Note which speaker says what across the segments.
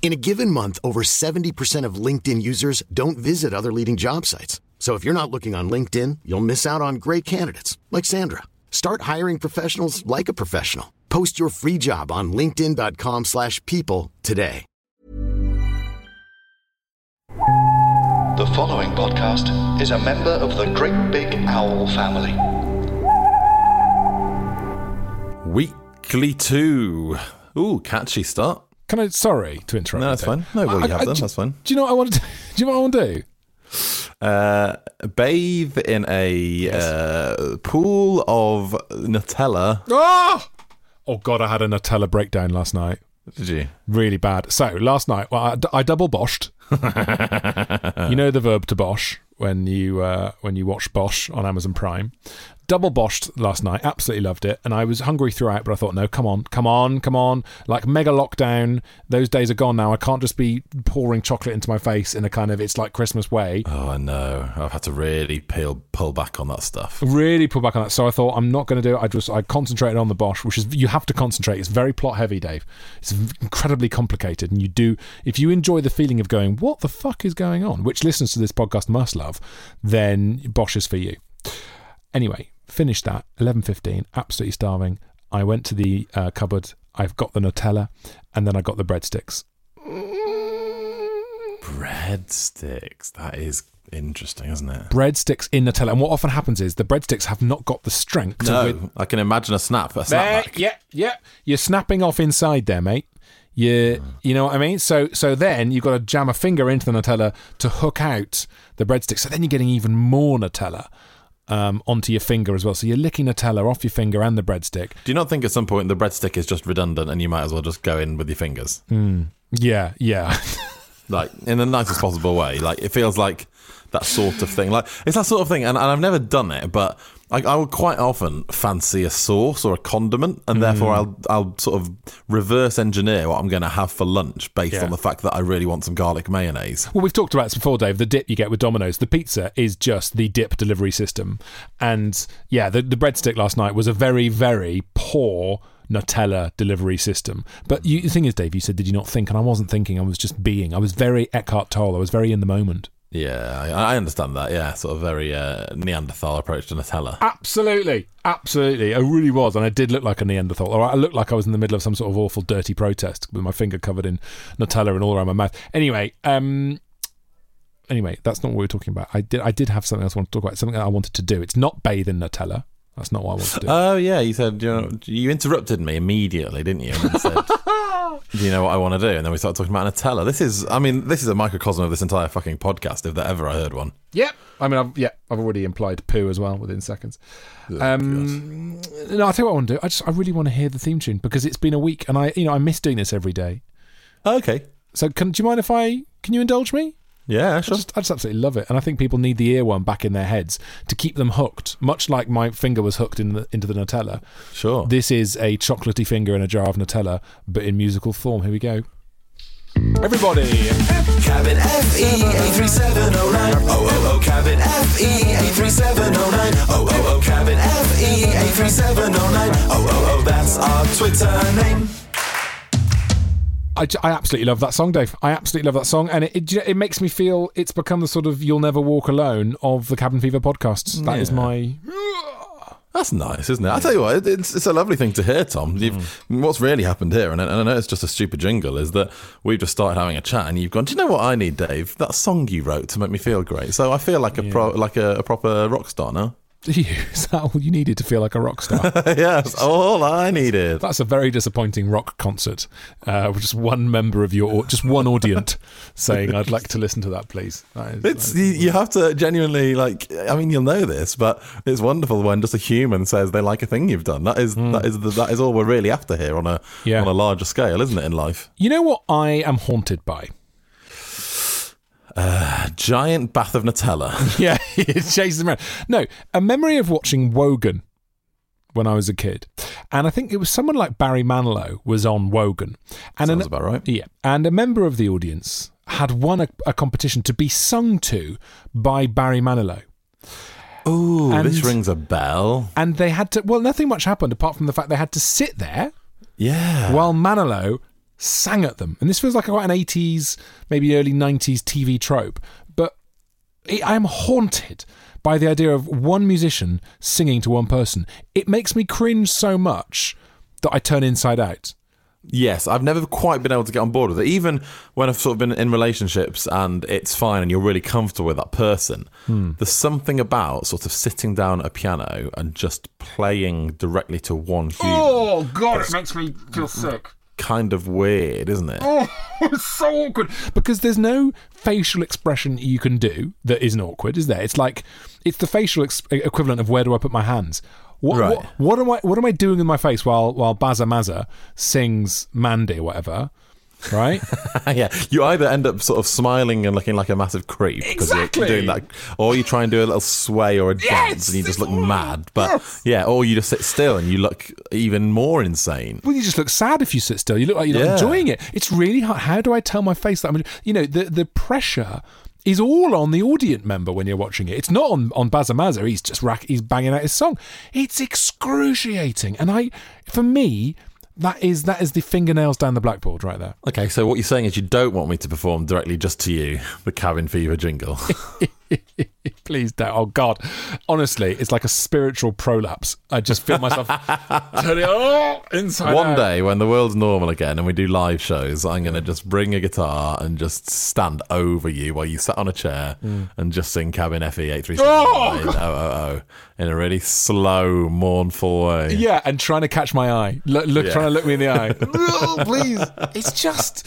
Speaker 1: In a given month, over 70% of LinkedIn users don't visit other leading job sites. So if you're not looking on LinkedIn, you'll miss out on great candidates like Sandra. Start hiring professionals like a professional. Post your free job on linkedin.com slash people today.
Speaker 2: The following podcast is a member of the Great Big Owl family.
Speaker 3: Weekly two. Ooh, catchy start.
Speaker 4: Can I? Sorry to interrupt.
Speaker 3: No,
Speaker 4: you,
Speaker 3: that's
Speaker 4: Dave.
Speaker 3: fine. No, well,
Speaker 4: I-
Speaker 3: you
Speaker 4: I-
Speaker 3: have
Speaker 4: I
Speaker 3: them.
Speaker 4: ju-
Speaker 3: That's fine.
Speaker 4: Do you know what I want to? Do, do you know what I want to do?
Speaker 3: Uh, bathe in a uh, pool of Nutella.
Speaker 4: Oh! oh God! I had a Nutella breakdown last night.
Speaker 3: Did you?
Speaker 4: Really bad. So last night, well, I, d- I double boshed. you know the verb to bosh when you uh, when you watch Bosch on Amazon Prime. Double boshed last night. Absolutely loved it, and I was hungry throughout. But I thought, no, come on, come on, come on! Like mega lockdown. Those days are gone now. I can't just be pouring chocolate into my face in a kind of it's like Christmas way.
Speaker 3: Oh, I know. I've had to really peel, pull back on that stuff.
Speaker 4: really pull back on that. So I thought I'm not going to do it. I just I concentrated on the Bosch, which is you have to concentrate. It's very plot heavy, Dave. It's v- incredibly complicated, and you do if you enjoy the feeling of going, what the fuck is going on? Which listeners to this podcast must love. Then Bosch is for you. Anyway, finished that 11:15. Absolutely starving. I went to the uh, cupboard. I've got the Nutella, and then I got the breadsticks.
Speaker 3: Breadsticks. That is interesting, isn't it?
Speaker 4: Breadsticks in Nutella, and what often happens is the breadsticks have not got the strength. to wi-
Speaker 3: No, I can imagine a snap. A
Speaker 4: There,
Speaker 3: snapback.
Speaker 4: yeah, yeah. You're snapping off inside there, mate. You, you know what I mean. So, so then you've got to jam a finger into the Nutella to hook out the breadstick. So then you're getting even more Nutella um, onto your finger as well. So you're licking Nutella off your finger and the breadstick.
Speaker 3: Do you not think at some point the breadstick is just redundant and you might as well just go in with your fingers?
Speaker 4: Yeah, yeah.
Speaker 3: like in the nicest possible way. Like it feels like that sort of thing. Like it's that sort of thing, and, and I've never done it, but like I would quite often fancy a sauce or a condiment, and therefore I'll I'll sort of reverse engineer what I'm going to have for lunch based
Speaker 4: Yeah.
Speaker 3: on the fact that I really want some garlic mayonnaise.
Speaker 4: Well, we've talked about this before, Dave. The dip you get with Domino's, the pizza is just the dip delivery system. And yeah, the, the breadstick last night was a very, very poor Nutella delivery system. But you, the thing is, Dave, you said, did you not think? And I wasn't thinking. I was just being. I was very Eckhart Tolle. I was very in the moment.
Speaker 3: Yeah, I, I understand that. Yeah, sort of very uh, Neanderthal approach to Nutella.
Speaker 4: Absolutely, absolutely. I really was, and I did look like a Neanderthal, or I looked like I was in the middle of some sort of awful, dirty protest with my finger covered in Nutella and all around my mouth. Anyway, um, anyway, that's not what we were talking about. I did, I did have something else I wanted to talk about. Something that I wanted to do. It's not bathe in Nutella. That's not what I want to do.
Speaker 3: Oh yeah, you said you, know, you interrupted me immediately, didn't you? And said, do you know what I want to do? And then we started talking about Nutella. This is, I mean, this is a microcosm of this entire fucking podcast, if there ever I heard one.
Speaker 4: yep. I mean, I've, yeah, I've already implied poo as well within seconds. Um, no, I think what I want to do. I just, I really want to hear the theme tune because it's been a week, and I, you know, I miss doing this every day.
Speaker 3: Okay.
Speaker 4: So, can, do you mind if I? Can you indulge me?
Speaker 3: Yeah,
Speaker 4: I
Speaker 3: sure.
Speaker 4: just, I just absolutely love it, and I think people need the earworm back in their heads to keep them hooked. Much like my finger was hooked in the, into the Nutella,
Speaker 3: sure.
Speaker 4: this is a chocolatey finger in a jar of Nutella, but in musical form. Here we go. Everybody,
Speaker 5: Cabin E FE83709. Oh, oh, oh, cabin FE83709. Oh, oh, oh, cabin FE83709. Oh, oh, oh, that's our Twitter name.
Speaker 4: I, j- I absolutely love that song, Dave. I absolutely love that song, and it, it you know, it makes me feel it's become the sort of "You'll Never Walk Alone" of the Cabin Fever podcasts. That is
Speaker 3: Yeah.
Speaker 4: my
Speaker 3: That's nice, isn't it? I tell you what, it- it's, it's a lovely thing to hear, Tom. You've, What's really happened here, and I, and I know it's just a stupid jingle, is that we've just started having a chat, and you've gone, "Do you know what I need, Dave? That song you wrote to make me feel great." So I feel like a pro, like a, a proper rock star now.
Speaker 4: to you? Is that all you needed to feel like a rock star?
Speaker 3: yes, all I needed.
Speaker 4: That's a very disappointing rock concert uh, with just one member of your, just one audience saying, "I'd like to listen to that, please." That is- uh,
Speaker 3: It's you, you have to genuinely like. I mean, you'll know this, but it's wonderful when just a human says they like a thing you've done. That is that is the, that is all we're really after here on a
Speaker 4: Yeah.
Speaker 3: on a larger scale, isn't it? In life,
Speaker 4: you know what I am haunted by?
Speaker 3: a giant bath of Nutella.
Speaker 4: Yeah, it chases them around. No, a memory of watching Wogan when I was a kid, and I think it was someone like Barry Manilow was on Wogan, and
Speaker 3: Sounds
Speaker 4: an-
Speaker 3: about right.
Speaker 4: Yeah, and a member of the audience had won a, a competition to be sung to by Barry Manilow.
Speaker 3: Ooh, this
Speaker 4: And-
Speaker 3: rings a bell.
Speaker 4: And they had to, well, nothing much happened apart from the fact they had to sit there
Speaker 3: Yeah.
Speaker 4: while Manilow sang at them. And this feels like quite an 80s, maybe early 90s TV trope. But it, I am haunted by the idea of one musician singing to one person. It makes me cringe so much that I turn inside out.
Speaker 3: Yes, I've never quite been able to get on board with it. Even when I've sort of been in relationships and it's fine and you're really comfortable with that person, there's something about sort of sitting down at a piano and just playing directly to one human.
Speaker 4: Oh, God, it makes me feel sick.
Speaker 3: Kind of weird, isn't it?
Speaker 4: Oh. it's so awkward because there's no facial expression you can do that isn't awkward, is there? It's like it's the facial ex- e-, equivalent of where do I put my hands? What,
Speaker 3: Right.
Speaker 4: what what am I what am I doing with my face while while Baza Maza sings Mandy or whatever? Right?
Speaker 3: yeah, you either end up sort of smiling and looking like a massive creep because
Speaker 4: Exactly.
Speaker 3: you're doing that, or you try and do a little sway or a
Speaker 4: Yes,
Speaker 3: dance and you just
Speaker 4: it's
Speaker 3: look
Speaker 4: all-
Speaker 3: mad. But yeah, or you just sit still and you look even more insane.
Speaker 4: well, you just look sad if you sit still. You look like you're
Speaker 3: Yeah.
Speaker 4: not enjoying it. It's really hard. How do I tell my face that I'm? You know, the the pressure is all on the audience member when you're watching it. It's not on on Bazamaza. He's just rack. He's banging out his song. It's excruciating. And I, for me, that is that is the fingernails down the blackboard right there.
Speaker 3: Okay, so what you're saying is you don't want me to perform directly just to you the cabin fever jingle.
Speaker 4: Please don't. Oh God, honestly, it's like a spiritual prolapse. I just feel myself turning oh, inside
Speaker 3: One
Speaker 4: out.
Speaker 3: day when the world's normal again and we do live shows, I'm going to just bring a guitar and just stand over you while you sat on a chair and just sing Cabin E FE 8379 Mm. oh, in a really slow, mournful way.
Speaker 4: Yeah, and trying to catch my eye, look, look
Speaker 3: Yeah.
Speaker 4: trying to look me in the eye. oh, please, it's just.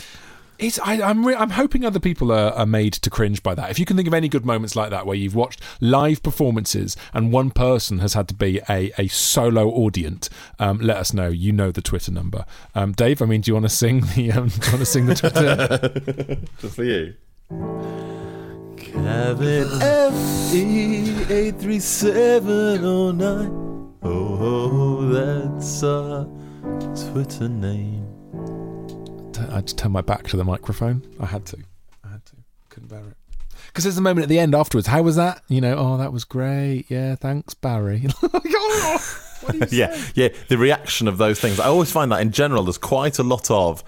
Speaker 4: It's, I, I'm re- I'm hoping other people are, are made to cringe by that. If you can think of any good moments like that where you've watched live performances and one person has had to be a, a solo audience, um, let us know. You know the Twitter number, um, Dave. I mean, do you want to sing the um, do you want to sing the Twitter?
Speaker 3: Just for you. Cabin E FE83709. Oh, that's our Twitter name.
Speaker 4: I just turned my back to the microphone. I had to. I had to. Couldn't bear it. Because there's a moment at the end afterwards. How was that? You know, oh, that was great. Yeah, thanks, Barry. oh,
Speaker 3: yeah, yeah. The reaction of those things. I always find that in general, there's quite a lot of.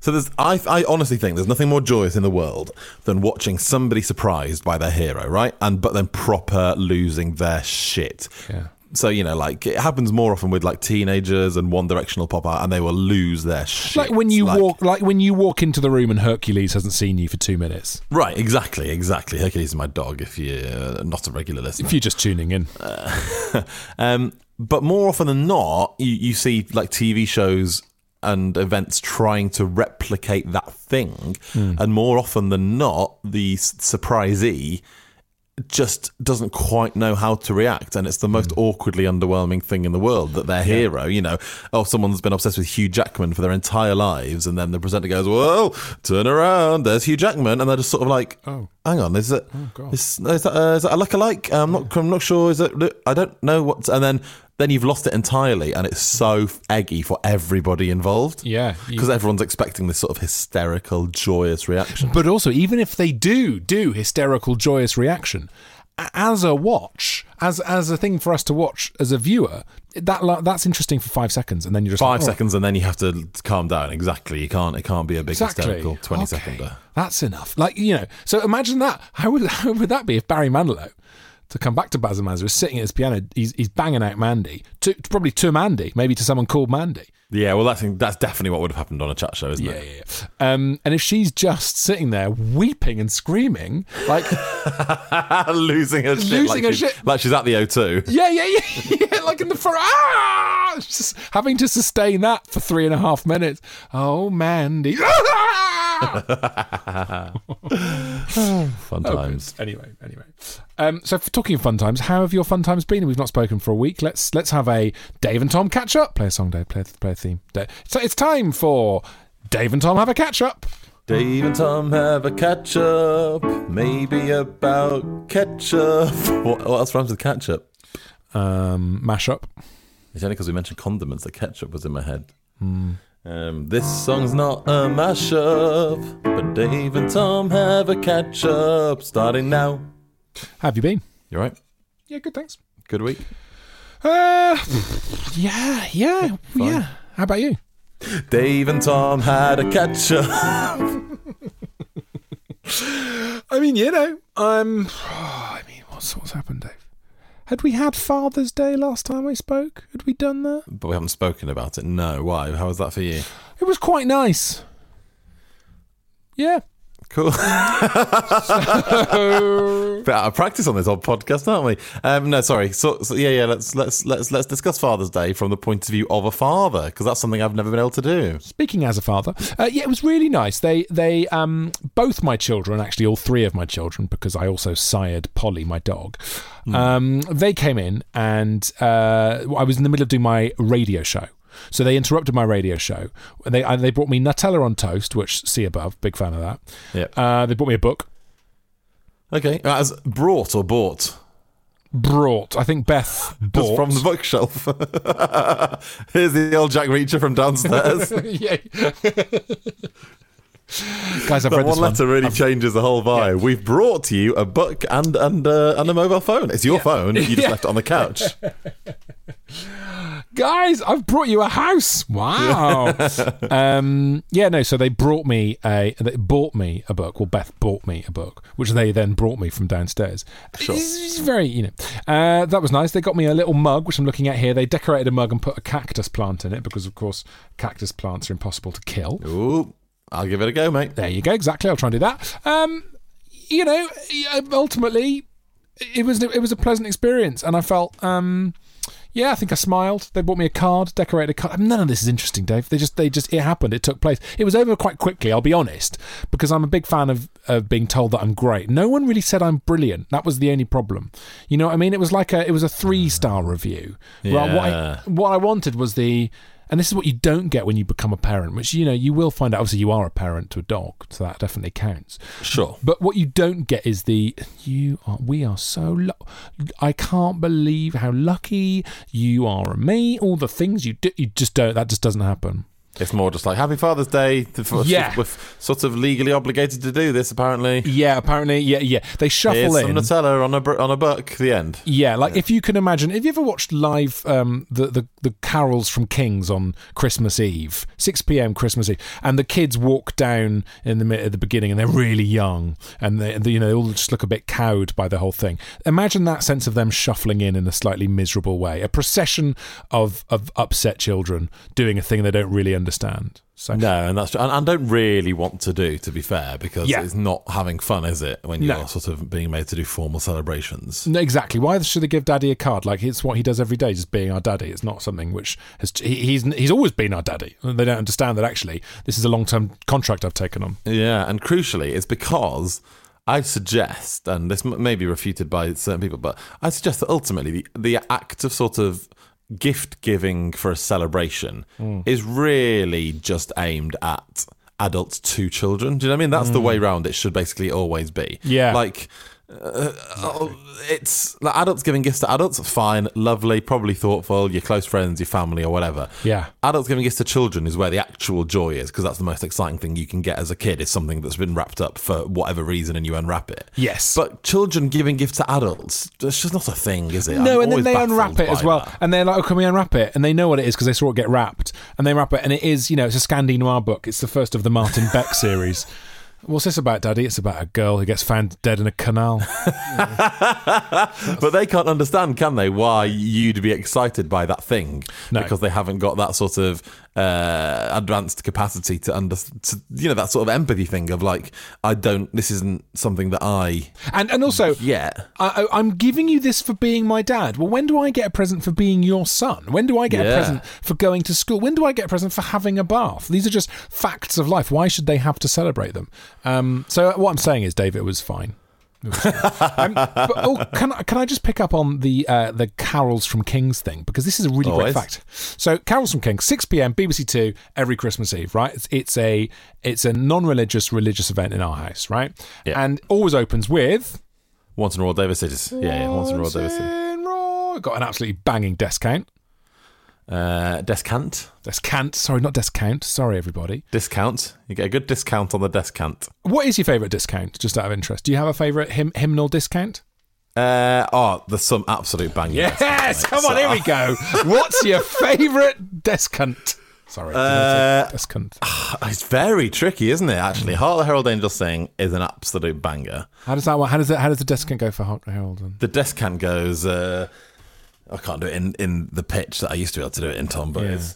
Speaker 3: So there's, I, I honestly think there's nothing more joyous in the world than watching somebody surprised by their hero, right? And but then proper losing their shit.
Speaker 4: Yeah.
Speaker 3: So you know, like it happens more often with like teenagers and One Directional pop out, and they will lose their shit.
Speaker 4: like when you
Speaker 3: Like-
Speaker 4: walk like when you walk into the room and Hercules hasn't seen you for two minutes.
Speaker 3: right? Exactly, exactly. Hercules is my dog. If you're not a regular listener,
Speaker 4: If you're just tuning in.
Speaker 3: Um, but more often than not, you, you see like TV shows and events trying to replicate that thing, and more often than not, the s- surprisee just doesn't quite know how to react and it's the
Speaker 4: Hmm.
Speaker 3: most awkwardly underwhelming thing in the world that their hero you know oh someone's been obsessed with Hugh Jackman for their entire lives and then the presenter goes whoa turn around there's Hugh Jackman and they're just sort of like
Speaker 4: Oh.
Speaker 3: hang on is it
Speaker 4: God.
Speaker 3: is, is that, uh, is that a lookalike? I'm not. I'm not sure. Is it? I don't know what. And then, then you've lost it entirely, and it's so eggy for everybody involved.
Speaker 4: Yeah, you-
Speaker 3: because everyone's expecting this sort of hysterical, joyous reaction.
Speaker 4: But also, even if they do do hysterical, joyous reaction, a- as a watch, as as a thing for us to watch as a viewer, that la- that's interesting for five seconds, and then you're just
Speaker 3: Five
Speaker 4: like, oh,
Speaker 3: seconds, and then you have to calm down. Exactly. You can't. It can't be a big hysterical twenty
Speaker 4: Okay.
Speaker 3: seconder.
Speaker 4: That's enough. Like you know, so imagine that. How would how would that be if Barry Manilow, to come back to Bazamaza, is sitting at his piano, he's, he's banging out Mandy, to, to probably to Mandy, maybe to someone called Mandy.
Speaker 3: Yeah, well, that's that's definitely what would have happened on a chat show, isn't
Speaker 4: Yeah,
Speaker 3: it?
Speaker 4: yeah, yeah. Um, and if she's just sitting there weeping and screaming, like,
Speaker 3: losing her shit,
Speaker 4: Losing
Speaker 3: like
Speaker 4: her
Speaker 3: she's-
Speaker 4: shit.
Speaker 3: like she's at the O2.
Speaker 4: yeah, yeah, yeah, yeah, like in the front, ah, It's just having to sustain that for three and a half minutes. Oh, Mandy.
Speaker 3: Fun
Speaker 4: Oh,
Speaker 3: times.
Speaker 4: good. Anyway, anyway. Um, so for talking of fun times, how have your fun times been? We've not spoken for a week. Let's let's have a Dave and Tom catch up. Play a song, Dave. Play a, play a theme. Da- So it's time for Dave and Tom have a catch up.
Speaker 3: Dave and Tom have a catch up, maybe about ketchup. What, what else rhymes with ketchup?
Speaker 4: Um, mash up.
Speaker 3: It's only because we mentioned condiments that ketchup was in my head. Um, this song's not a mashup, but Dave and Tom have a catch up starting now.
Speaker 4: Have you been?
Speaker 3: You right?
Speaker 4: Yeah, good. Thanks.
Speaker 3: Good week.
Speaker 4: Uh, yeah, yeah, yeah. How about you?
Speaker 3: Dave and Tom had a catch up.
Speaker 4: I mean, you know, um, I mean, what's what's happened, Dave? Had we had Father's Day last time we spoke? Had we done that?
Speaker 3: But we haven't spoken about it. No. Why? How was that for you?
Speaker 4: It was quite nice. Yeah.
Speaker 3: Cool. Bit out of practice on this old podcast, aren't we? Um, no, sorry. So, so yeah, yeah. Let's let's let's let's discuss Father's Day from the point of view of a father, because that's something I've never been able to do.
Speaker 4: Speaking as a father, uh, yeah, it was really nice. They, they, um, both my children, actually, all three of my children, because I also sired Polly, my dog.
Speaker 3: Hmm.
Speaker 4: Um, they came in, and uh, I was in the middle of doing my radio show, so they interrupted my radio show. And they, and they brought me Nutella on toast, which see above, big fan of that.
Speaker 3: Yep.
Speaker 4: Uh, they brought me a book.
Speaker 3: Okay. As brought or bought.
Speaker 4: Brought, I think Beth
Speaker 3: Just
Speaker 4: bought
Speaker 3: from the bookshelf. Here's the old Jack Reacher from downstairs. that
Speaker 4: yeah. Guys, I've read this
Speaker 3: one letter really changes the whole vibe. We've brought to you a book and and uh, and a mobile phone. It's your phone. You just
Speaker 4: Yeah.
Speaker 3: left it on the couch.
Speaker 4: guys, I've brought you a house. Wow. um, yeah, no. So they brought me a, they bought me a book. Well, Beth bought me a book, which they then brought me from downstairs.
Speaker 3: Sure.
Speaker 4: It's, it's very, you know, uh, that was nice. They got me a little mug, which I'm looking at here. They decorated a mug and put a cactus plant in it because, of course, cactus plants are impossible to kill.
Speaker 3: Ooh, I'll give it a go, mate.
Speaker 4: There you go. Exactly. I'll try and do that. Um, you know, ultimately, it was it was a pleasant experience, and I felt. Um, yeah, I think I smiled. They bought me a card, decorated a card. None of this is interesting, Dave. They just, they just, it happened. It took place. It was over quite quickly. I'll be honest, because I'm a big fan of of being told that I'm great. No one really said I'm brilliant. That was the only problem. You know what I mean? It was like a, it was a three star review. Right? What I,
Speaker 3: Yeah.
Speaker 4: what I wanted was the, and this is what you don't get when you become a parent, which you know you will find out. Obviously, you are a parent to a dog, so that definitely counts.
Speaker 3: Sure.
Speaker 4: But what you don't get is the you are we are so lu- I can't believe how lucky you are and me all the things you do you just don't that just doesn't happen.
Speaker 3: It's more just like Happy Father's Day. To, for,
Speaker 4: Yeah.
Speaker 3: We're sort of legally obligated to do this, apparently.
Speaker 4: Yeah, apparently yeah yeah they
Speaker 3: Here's
Speaker 4: shuffle
Speaker 3: some
Speaker 4: in.
Speaker 3: Nutella on a br- on a book. The end.
Speaker 4: yeah, like if you can imagine, have you ever watched live um, the, the the carols from Kings on Christmas Eve, six p.m. Christmas Eve, and the kids walk down in the mi- at the beginning, and they're really young, and they, they you know they all just look a bit cowed by the whole thing. Imagine that sense of them shuffling in in a slightly miserable way, a procession of of upset children doing a thing they don't really understand. So
Speaker 3: No, and that's and, and don't really want to do, to be fair, because
Speaker 4: Yeah.
Speaker 3: it's not having fun, is it? When
Speaker 4: No.
Speaker 3: you're sort of being made to do formal celebrations.
Speaker 4: No, exactly. Why should they give Daddy a card? Like it's what he does every day, just being our daddy. It's not something which has he, he's he's always been our daddy. They don't understand that actually this is a long term contract I've taken on.
Speaker 3: Yeah, and crucially, it's because I suggest, and this m- may be refuted by certain people, but I suggest that ultimately the, the act of sort of gift giving for a celebration
Speaker 4: Mm.
Speaker 3: is really just aimed at adults to children. Do you know what I mean? That's the way round it should basically always be.
Speaker 4: Mm. Yeah.
Speaker 3: Like, Oh, it's like adults giving gifts to adults, fine, lovely, probably thoughtful, your close friends, your family, or whatever.
Speaker 4: Yeah.
Speaker 3: Adults giving gifts to children is where the actual joy is because that's the most exciting thing you can get as a kid is something that's been wrapped up for whatever reason and you unwrap it.
Speaker 4: Yes.
Speaker 3: But children giving gifts to adults, it's just not a thing, is it?
Speaker 4: No,
Speaker 3: I'm
Speaker 4: and then
Speaker 3: always
Speaker 4: they
Speaker 3: baffled
Speaker 4: unwrap it
Speaker 3: by
Speaker 4: as well,
Speaker 3: that.
Speaker 4: and they're like, "Oh, can we unwrap it?" And they know what it is because they saw it get wrapped, and they wrap it, and it is you know it's a Scandi noir book. It's the first of the Martin Beck series. What's this about, Daddy? It's about a girl who gets found dead in a canal.
Speaker 3: but they can't understand, can they, why you'd be excited by that thing
Speaker 4: No.
Speaker 3: because they haven't got that sort of uh, advanced capacity to under to, you know that sort of empathy thing of like I don't this isn't something that I
Speaker 4: And and also,
Speaker 3: yet
Speaker 4: I, I- I'm giving you this for being my dad. Well, when do I get a present for being your son? When do I get
Speaker 3: Yeah.
Speaker 4: a present for going to school? When do I get a present for having a bath? These are just facts of life. Why should they have to celebrate them? Um, so what I'm saying is, David was fine. It was fine. um, but, oh, can I- can I just pick up on the uh, the carols from Kings thing because this is a really
Speaker 3: Always.
Speaker 4: great fact. So carols from Kings, 6 p.m. BBC Two every Christmas Eve, right? It's, it's a it's a non-religious religious event in our house, right?
Speaker 3: Yeah.
Speaker 4: And always opens with
Speaker 3: once and all Davis is yeah, yeah once and all Davis is.
Speaker 4: in Roy. Got an absolutely banging descount.
Speaker 3: uh, descant
Speaker 4: Descant. Sorry, not descount. Sorry, everybody.
Speaker 3: discount you get a good discount on the descant
Speaker 4: What is your favourite discount? Just out of interest, do you have a favourite hymn- hymnal discount?
Speaker 3: uh, oh there's some absolute banging
Speaker 4: Yes. Come on, here we go. What's your favourite descant? Sorry,
Speaker 3: Uh,
Speaker 4: descant.
Speaker 3: It's very tricky, isn't it? Actually, Heart of the Herald Angel Sing is an absolute banger.
Speaker 4: How does that? one- How does that? How does the descant go for Har- Harold? And
Speaker 3: The descant goes. Uh, I can't do it in, in the pitch that I used to be able to do it in, Tom, but it's.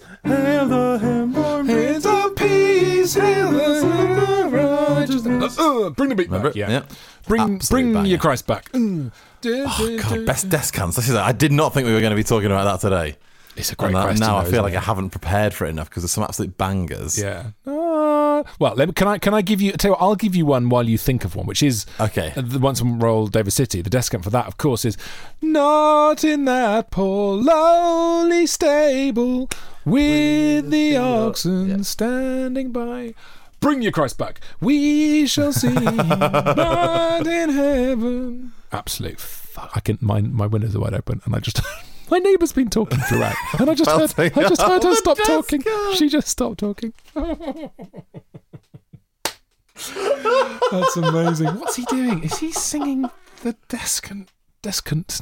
Speaker 4: Uh, uh, bring the beat
Speaker 3: Remember
Speaker 4: back.
Speaker 3: it?
Speaker 4: Yeah.
Speaker 3: Yeah.
Speaker 4: Bring,
Speaker 3: Absolute
Speaker 4: bring
Speaker 3: banger.
Speaker 4: your Christ back. Mm.
Speaker 3: Oh, God, best descants. This is, I did not think we were going to be talking about that today.
Speaker 4: It's a great
Speaker 3: And that-
Speaker 4: question.
Speaker 3: now I
Speaker 4: though,
Speaker 3: feel
Speaker 4: isn't
Speaker 3: like
Speaker 4: it?
Speaker 3: I haven't prepared for it enough because there's some absolute bangers.
Speaker 4: Yeah. Uh, well, let me, can I can I give you? Tell you what, I'll give you one while you think of one, which is uh,
Speaker 3: Okay.
Speaker 4: The once and roll David City. The descant for that, of course, is not in that poor lonely stable with, the, oxen standing by. Bring your Christ back. We shall see him not in heaven. Absolute fuck. I can my my windows are wide open, and I just. My neighbour's been talking throughout, and I just heard,
Speaker 3: Bouncing
Speaker 4: I just heard
Speaker 3: off
Speaker 4: her
Speaker 3: the
Speaker 4: stop
Speaker 3: desk.
Speaker 4: talking. She just stopped talking. That's amazing. What's he doing? Is he singing the descant? Descant?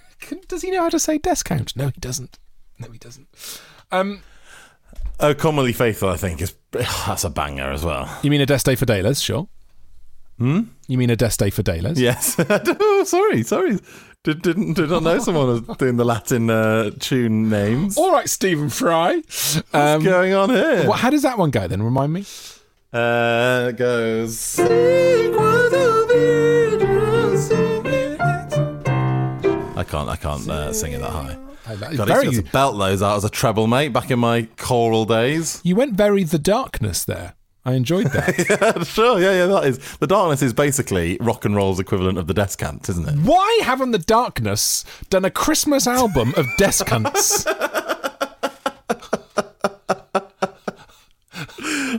Speaker 4: Does he know how to say descount? No, he doesn't. No, he doesn't. Um,
Speaker 3: Oh, Commonly Faithful, I think, is that's a banger as well.
Speaker 4: you mean a deste for dayless? Sure. Hmm. You mean a deste for dayless?
Speaker 3: Yes. oh, sorry, sorry. Did, didn't did not know someone was doing the Latin uh, tune names.
Speaker 4: All right, Stephen Fry.
Speaker 3: What's
Speaker 4: Oh, Um,
Speaker 3: going on here?
Speaker 4: what, how does that one go then? Remind me.
Speaker 3: Uh, it goes. I can't, I can't uh, sing it that high. God, I used to belt those out as a treble, mate, back in my choral days.
Speaker 4: you went very the darkness there. I enjoyed that.
Speaker 3: sure, yeah, yeah, that is. The Darkness is basically rock and roll's equivalent of the Descant, isn't it?
Speaker 4: Why haven't the darkness done a Christmas album of descants?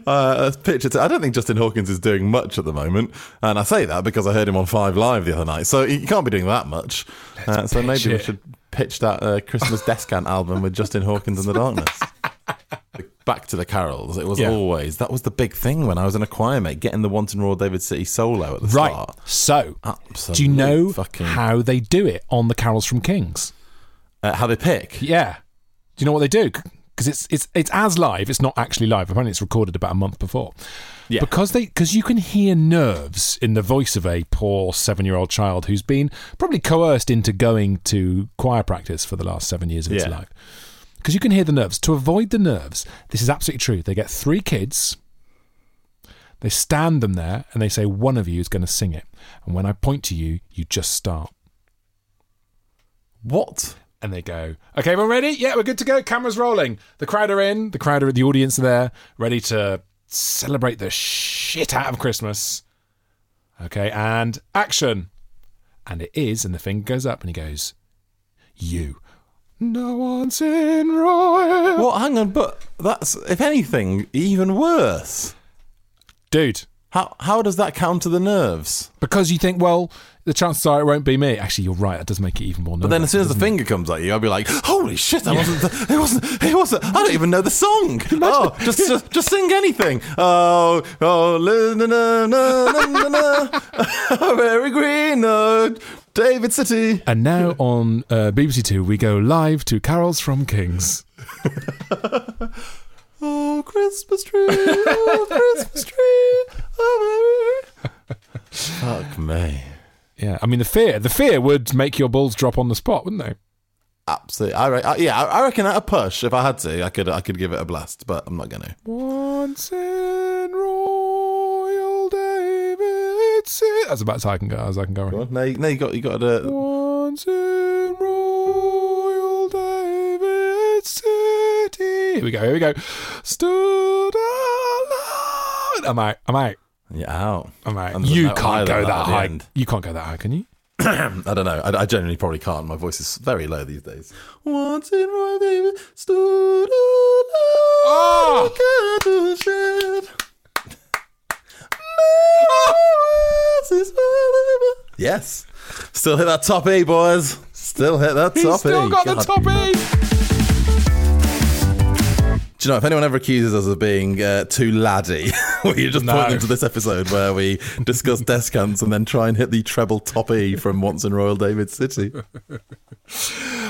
Speaker 3: Uh, a picture to, I don't think Justin Hawkins is doing much at the moment, and I say that because I heard him on Five Live the other night, so he can't be doing that much. Uh, so
Speaker 4: pitch
Speaker 3: maybe we
Speaker 4: it.
Speaker 3: should pitch that uh, Christmas Descant album with Justin Hawkins and the Darkness. Back to the carols. It was
Speaker 4: Yeah.
Speaker 3: always that was the big thing when I was in a choir mate, getting the Wanton Raw David City solo at the
Speaker 4: Right.
Speaker 3: start.
Speaker 4: So,
Speaker 3: Absolute
Speaker 4: do you know
Speaker 3: fucking-
Speaker 4: how they do it on the Carols from Kings?
Speaker 3: Uh, how they pick?
Speaker 4: Yeah. Do you know what they do? Because it's it's it's as live. It's not actually live. Apparently, it's recorded about a month before.
Speaker 3: Yeah.
Speaker 4: Because they because you can hear nerves in the voice of a poor seven year old child who's been probably coerced into going to choir practice for the last seven years of its
Speaker 3: Yeah.
Speaker 4: life. Because you can hear the nerves. To avoid the nerves, this is absolutely true. They get three kids. They stand them there and they say, one of you is going to sing it. And when I point to you, you just start
Speaker 3: What?
Speaker 4: and they go, "Okay, we're ready. Yeah, we're good to go. Cameras rolling. The crowd are in. The crowd are the audience are there, ready to celebrate the shit out of Christmas." Okay, and action, and it is, and the finger goes up, and he goes, "You." No one's in Royal.
Speaker 3: Well, hang on, but that's if anything even worse.
Speaker 4: Dude,
Speaker 3: How how does that counter the nerves?
Speaker 4: because you think, well, the chances are it won't be me. Actually, you're right. That does make it even more nervous.
Speaker 3: But then, as soon as the finger comes at you, I'll be like, "Holy shit! I wasn't. It wasn't. It wasn't. I don't even know the song. Oh, just, just just sing anything. Oh, oh, li- na na na na na na. Very green. Oh, David City.
Speaker 4: And now on uh, BBC Two, we go live to Carols from Kings.
Speaker 3: Oh, Christmas tree. Oh, Christmas tree. Oh, Mary. Fuck me.
Speaker 4: Yeah, I mean the fear. The fear would make your balls drop on the spot, wouldn't they?
Speaker 3: absolutely. I, re- I yeah, I I reckon at a push, if I had to, I could I could give it a blast, but I'm not going to.
Speaker 4: Once in Royal Davidson. That's about as high I can go. As I can go. I
Speaker 3: Go
Speaker 4: reckon.
Speaker 3: on. Now, you- now you got you got to.
Speaker 4: Once in Royal Davidson. Here we go. Here we go. Stood alone. I'm out. I'm out.
Speaker 3: Yeah, out.
Speaker 4: I'm out.
Speaker 3: And there's
Speaker 4: You
Speaker 3: no
Speaker 4: can't
Speaker 3: island
Speaker 4: go
Speaker 3: at
Speaker 4: that
Speaker 3: the
Speaker 4: high.
Speaker 3: end.
Speaker 4: You can't go that high, can you?
Speaker 3: I don't know. I, I generally probably can't. My voice is very low these days. Once in my David stood alone
Speaker 4: Oh!
Speaker 3: at the shed. My voice is forever. Yes. Still hit that top E, boys. Still hit that
Speaker 4: He's
Speaker 3: top
Speaker 4: still
Speaker 3: E.
Speaker 4: got the
Speaker 3: God.
Speaker 4: top E.
Speaker 3: Do you know if anyone ever accuses us of being uh, too laddie, we just
Speaker 4: No.
Speaker 3: point them to this episode where we discuss descants and then try and hit the treble top E from Once in Royal David City. Should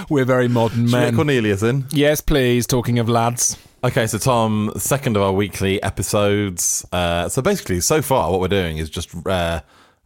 Speaker 4: We're very modern
Speaker 3: we get
Speaker 4: men.
Speaker 3: Cornelius in.
Speaker 4: Yes, please. Talking of lads.
Speaker 3: Okay, so Tom, second of our weekly episodes. Uh, so basically, so far, what we're doing is just uh,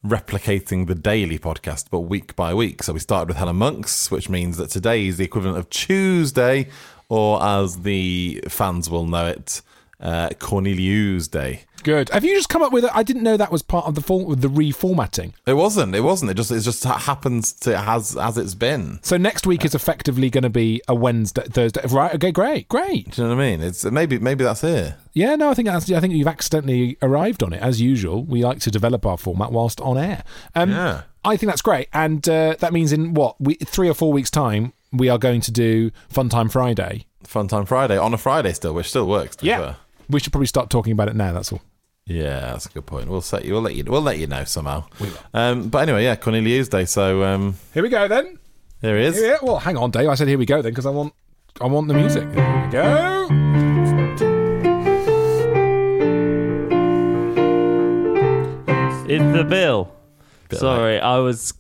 Speaker 3: replicating the daily podcast, but week by week. So we started with Helen Monks, which means that today is the equivalent of Tuesday, or as the fans will know it, uh, Cornelius Day.
Speaker 4: Good. Have you just come up with it? I didn't know that was part of the form the reformatting.
Speaker 3: It wasn't. It wasn't. It just it just ha- happens to has as it's been.
Speaker 4: So next week is effectively going to be a Wednesday, Thursday, right? Okay, great, great.
Speaker 3: Do you know what I mean? It's maybe maybe that's it.
Speaker 4: Yeah, no, I think that's, I think you've accidentally arrived on it. As usual, we like to develop our format whilst on air. Um,
Speaker 3: Yeah.
Speaker 4: I think that's great, and uh, that means in what we, three or four weeks' time we are going to do Fun Time Friday.
Speaker 3: Fun time Friday on a Friday still, which still works. to be fair.
Speaker 4: we should probably start talking about it now. That's all.
Speaker 3: Yeah, that's a good point. We'll set you. We'll let you. We'll let you know somehow. We will. Um, but anyway, yeah, Cornelius Day. So um,
Speaker 4: Here we go then.
Speaker 3: there he is.
Speaker 4: Yeah, well, hang on, Dave. I said here we go then because I want I want the music. Here we go.
Speaker 6: It's the bill.
Speaker 3: Bit
Speaker 6: Sorry, I was.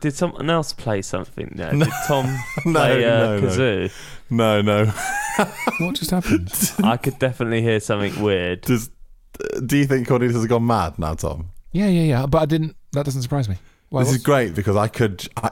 Speaker 6: Did someone else play something there? Did Tom
Speaker 3: No,
Speaker 6: play
Speaker 3: no,
Speaker 6: uh,
Speaker 3: no.
Speaker 6: kazoo?
Speaker 3: No, no.
Speaker 4: What just happened?
Speaker 6: I could definitely hear something weird.
Speaker 3: Does do you think Cornelius has gone mad now, Tom?
Speaker 4: yeah, yeah, yeah. But I didn't. That doesn't surprise me. Why
Speaker 3: this
Speaker 4: was-
Speaker 3: is great because I could. I,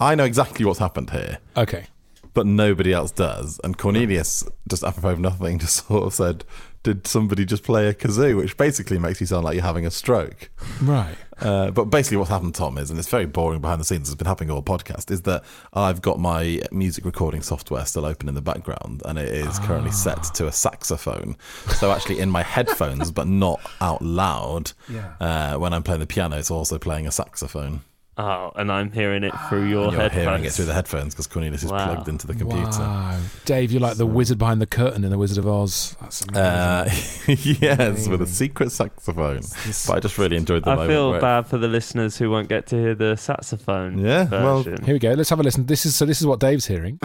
Speaker 3: I know exactly what's happened here.
Speaker 4: Okay.
Speaker 3: but nobody else does. And Cornelius, just apropos of nothing, just sort of said, "Did somebody just play a kazoo?" Which basically makes you sound like you're having a stroke.
Speaker 4: Right.
Speaker 3: Uh, but basically, what's happened, Tom, is, and it's very boring behind the scenes. It's been happening all podcast. Is that I've got my music recording software still open in the background, and it is currently
Speaker 4: Ah.
Speaker 3: set to a saxophone. So actually, in my headphones, but not out loud.
Speaker 4: Yeah.
Speaker 3: Uh, when I'm playing the piano, it's also playing a saxophone.
Speaker 6: Oh, and I'm hearing it through your
Speaker 3: You're
Speaker 6: headphones.
Speaker 3: hearing it through the headphones because Cornelius is
Speaker 6: Wow.
Speaker 3: plugged into the computer.
Speaker 4: Wow. Dave, you're like the wizard behind the curtain in The Wizard of Oz. That's amazing.
Speaker 3: Uh, yes, with a secret saxophone. But I just really enjoyed the
Speaker 6: I
Speaker 3: moment.
Speaker 6: feel
Speaker 3: where-
Speaker 6: bad for the listeners who won't get to hear the saxophone
Speaker 3: Yeah, well-
Speaker 6: version.
Speaker 4: Here we go. Let's have a listen. This is so. This is what Dave's hearing.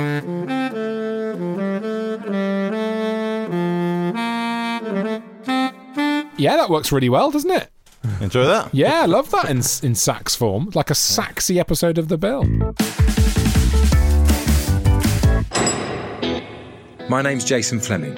Speaker 4: Yeah, that works really well, doesn't it?
Speaker 3: Enjoy that.
Speaker 4: Yeah, I love that in in sax form, like a saxy episode of The Bill.
Speaker 7: My name's Jason Fleming.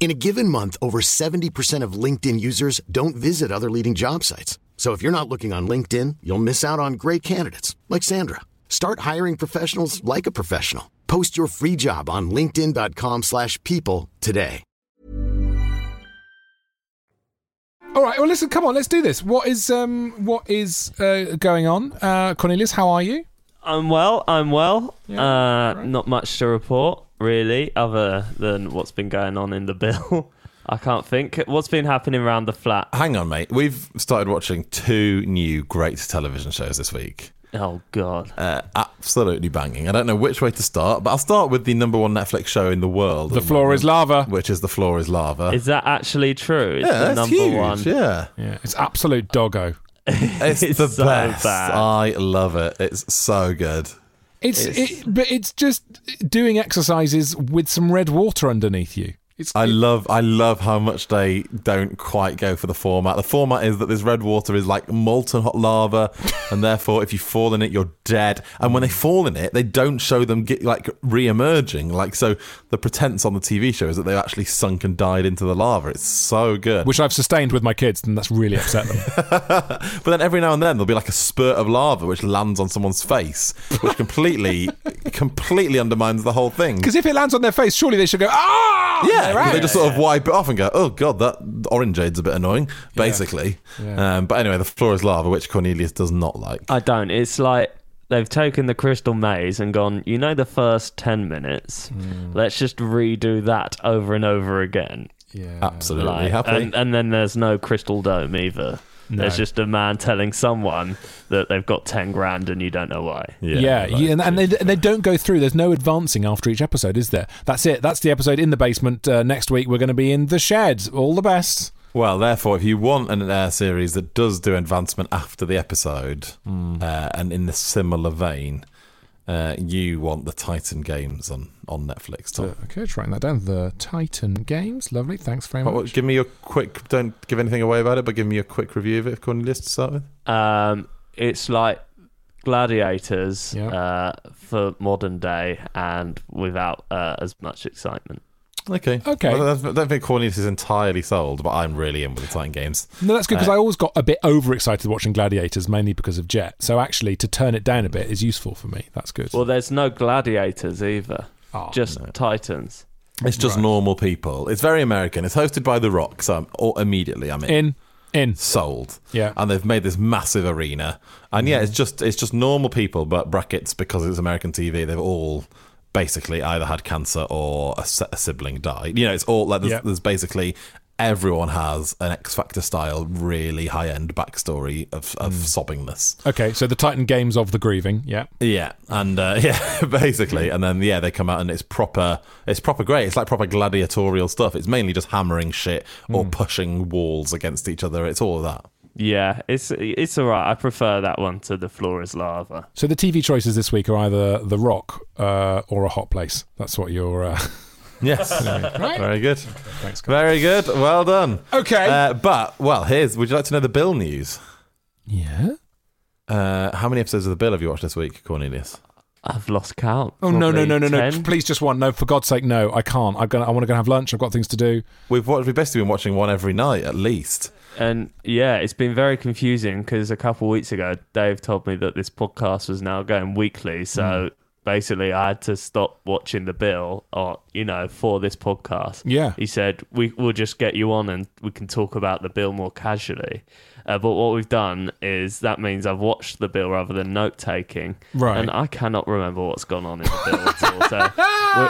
Speaker 1: In a given month, over 70% of LinkedIn users don't visit other leading job sites. So if you're not looking on LinkedIn, you'll miss out on great candidates like Sandra. Start hiring professionals like a professional. Post your free job on linkedin.com/people slash people today.
Speaker 4: All right. Well, listen. Come on. Let's do this. What is um what is uh, going on? Uh, Cornelius, how are you?
Speaker 6: I'm well. I'm well. uh, Not much to report, really, other than what's been going on in the bill. I can't think. What's been happening around the flat?
Speaker 3: Hang on, mate. We've started watching two new great television shows this week.
Speaker 6: Oh God!
Speaker 3: Uh, absolutely banging. I don't know which way to start, but I'll start with the number one Netflix show in the world.
Speaker 4: The floor is lava.
Speaker 3: Which is the floor is lava.
Speaker 6: Is that actually true? It's
Speaker 3: yeah,
Speaker 6: the
Speaker 3: it's
Speaker 6: number
Speaker 3: huge,
Speaker 6: one.
Speaker 3: Yeah,
Speaker 4: yeah. It's absolute doggo.
Speaker 3: It's,
Speaker 6: It's
Speaker 3: the
Speaker 6: so
Speaker 3: best.
Speaker 6: bad.
Speaker 3: I love it. It's so good.
Speaker 4: It's, it, but it's just doing exercises with some red water underneath you. It's
Speaker 3: I love I love how much they don't quite go for the format. The format is that this red water is like molten hot lava, and therefore if you fall in it, you're dead. And when they fall in it, they don't show them get like re-emerging. Like so, the pretense on the TV show is that they've actually sunk and died into the lava. It's so good.
Speaker 4: which I've sustained with my kids, and that's really upset them.
Speaker 3: But then every now and then there'll be like a spurt of lava which lands on someone's face, which completely completely undermines the whole thing.
Speaker 4: Because if it lands on their face, surely they should go ah.
Speaker 3: Yeah,
Speaker 4: They're out.
Speaker 3: they just sort of wipe it off and go, "Oh God, that orangeade's a bit annoying." Basically,
Speaker 6: Yeah.
Speaker 3: Um, but anyway, the floor is lava, which Cornelius does not like.
Speaker 6: I don't. It's like they've taken the crystal maze and gone, you know, the first 10 minutes,
Speaker 3: Hmm.
Speaker 6: let's just redo that over and over again.
Speaker 4: Yeah.
Speaker 3: Absolutely
Speaker 6: Like,
Speaker 3: happy.
Speaker 6: And, and then there's no crystal dome either.
Speaker 4: No.
Speaker 6: There's just a man telling someone that they've got 10 grand and you don't know why.
Speaker 4: Yeah, yeah, and, and they and they don't go through. There's no advancing after each episode, is there? That's it. That's the episode in the basement. Uh, next week we're going to be in the shed. All the best.
Speaker 3: Well, therefore, if you want an air series that does do advancement after the episode, uh, and in the similar vein, uh, you want the Titan Games on on Netflix. Tom.
Speaker 4: Okay, just writing that down. The Titan Games. Lovely. Thanks very
Speaker 3: What-
Speaker 4: much.
Speaker 3: what- give me your quick. Don't give anything away about it, but give me a quick review of it, Cornelius, to start with.
Speaker 6: Um, it's like gladiators
Speaker 3: Yeah.
Speaker 6: uh, for modern day and without uh, as much excitement.
Speaker 3: Okay.
Speaker 4: Okay.
Speaker 3: I don't- I don't think Cornelius is entirely sold, but I'm really in with the Titan Games.
Speaker 4: No, that's good because
Speaker 3: Uh,
Speaker 4: I always got a bit overexcited watching Gladiators, mainly because of Jet. So actually, to turn it down a bit is useful for me. That's good.
Speaker 6: Well, there's no gladiators either,
Speaker 4: Oh,
Speaker 6: just titans.
Speaker 3: It's just normal people. It's very American. It's hosted by The Rock, so I'm, or immediately I'm in.
Speaker 4: in, in.
Speaker 3: Sold.
Speaker 4: Yeah.
Speaker 3: And they've made this massive arena. And yeah, it's just it's just normal people, but brackets because it's American TV, they've all basically either had cancer or a, si- a sibling died. You know, it's all like there's,
Speaker 4: Yeah.
Speaker 3: there's basically everyone has an X Factor style, really high end backstory of, of
Speaker 4: Mm.
Speaker 3: sobbingness.
Speaker 4: Okay, so the Titan Games of the grieving. Yeah.
Speaker 3: Yeah, and uh, yeah, basically, and then yeah, they come out and it's proper, it's proper great. It's like proper gladiatorial stuff. It's mainly just hammering shit or pushing walls against each other. It's all of that.
Speaker 6: Yeah, it's it's all right. I prefer that one to the floor is lava.
Speaker 4: So the TV choices this week are either The Rock uh, or a hot place. That's what you're. Uh,
Speaker 3: Yes, very good,
Speaker 4: thanks. Guys.
Speaker 3: very good. Well done.
Speaker 4: Okay.
Speaker 3: uh, but well, here's. Would you like to know the Bill news?
Speaker 4: yeah.
Speaker 3: Uh, how many episodes of the Bill have you watched this week, Cornelius?
Speaker 6: I've lost count.
Speaker 4: Oh no no
Speaker 6: Probably
Speaker 4: no no no!
Speaker 6: 10.
Speaker 4: Please just one. No, for God's sake, no! I can't. I'm gonna. I want to go have lunch. I've got things to do.
Speaker 3: We've watched, we've basically been watching one every night at least.
Speaker 6: And yeah, it's been very confusing because a couple of weeks ago, Dave told me that this podcast was now going weekly. So
Speaker 4: Hmm.
Speaker 6: basically, I had to stop watching the bill, or you know, for this podcast.
Speaker 4: Yeah.
Speaker 6: he said we will just get you on and we can talk about the bill more casually. Uh, but what we've done is that means I've watched the bill rather than note taking,
Speaker 4: Right.
Speaker 6: And I cannot remember what's gone on in the bill at all. So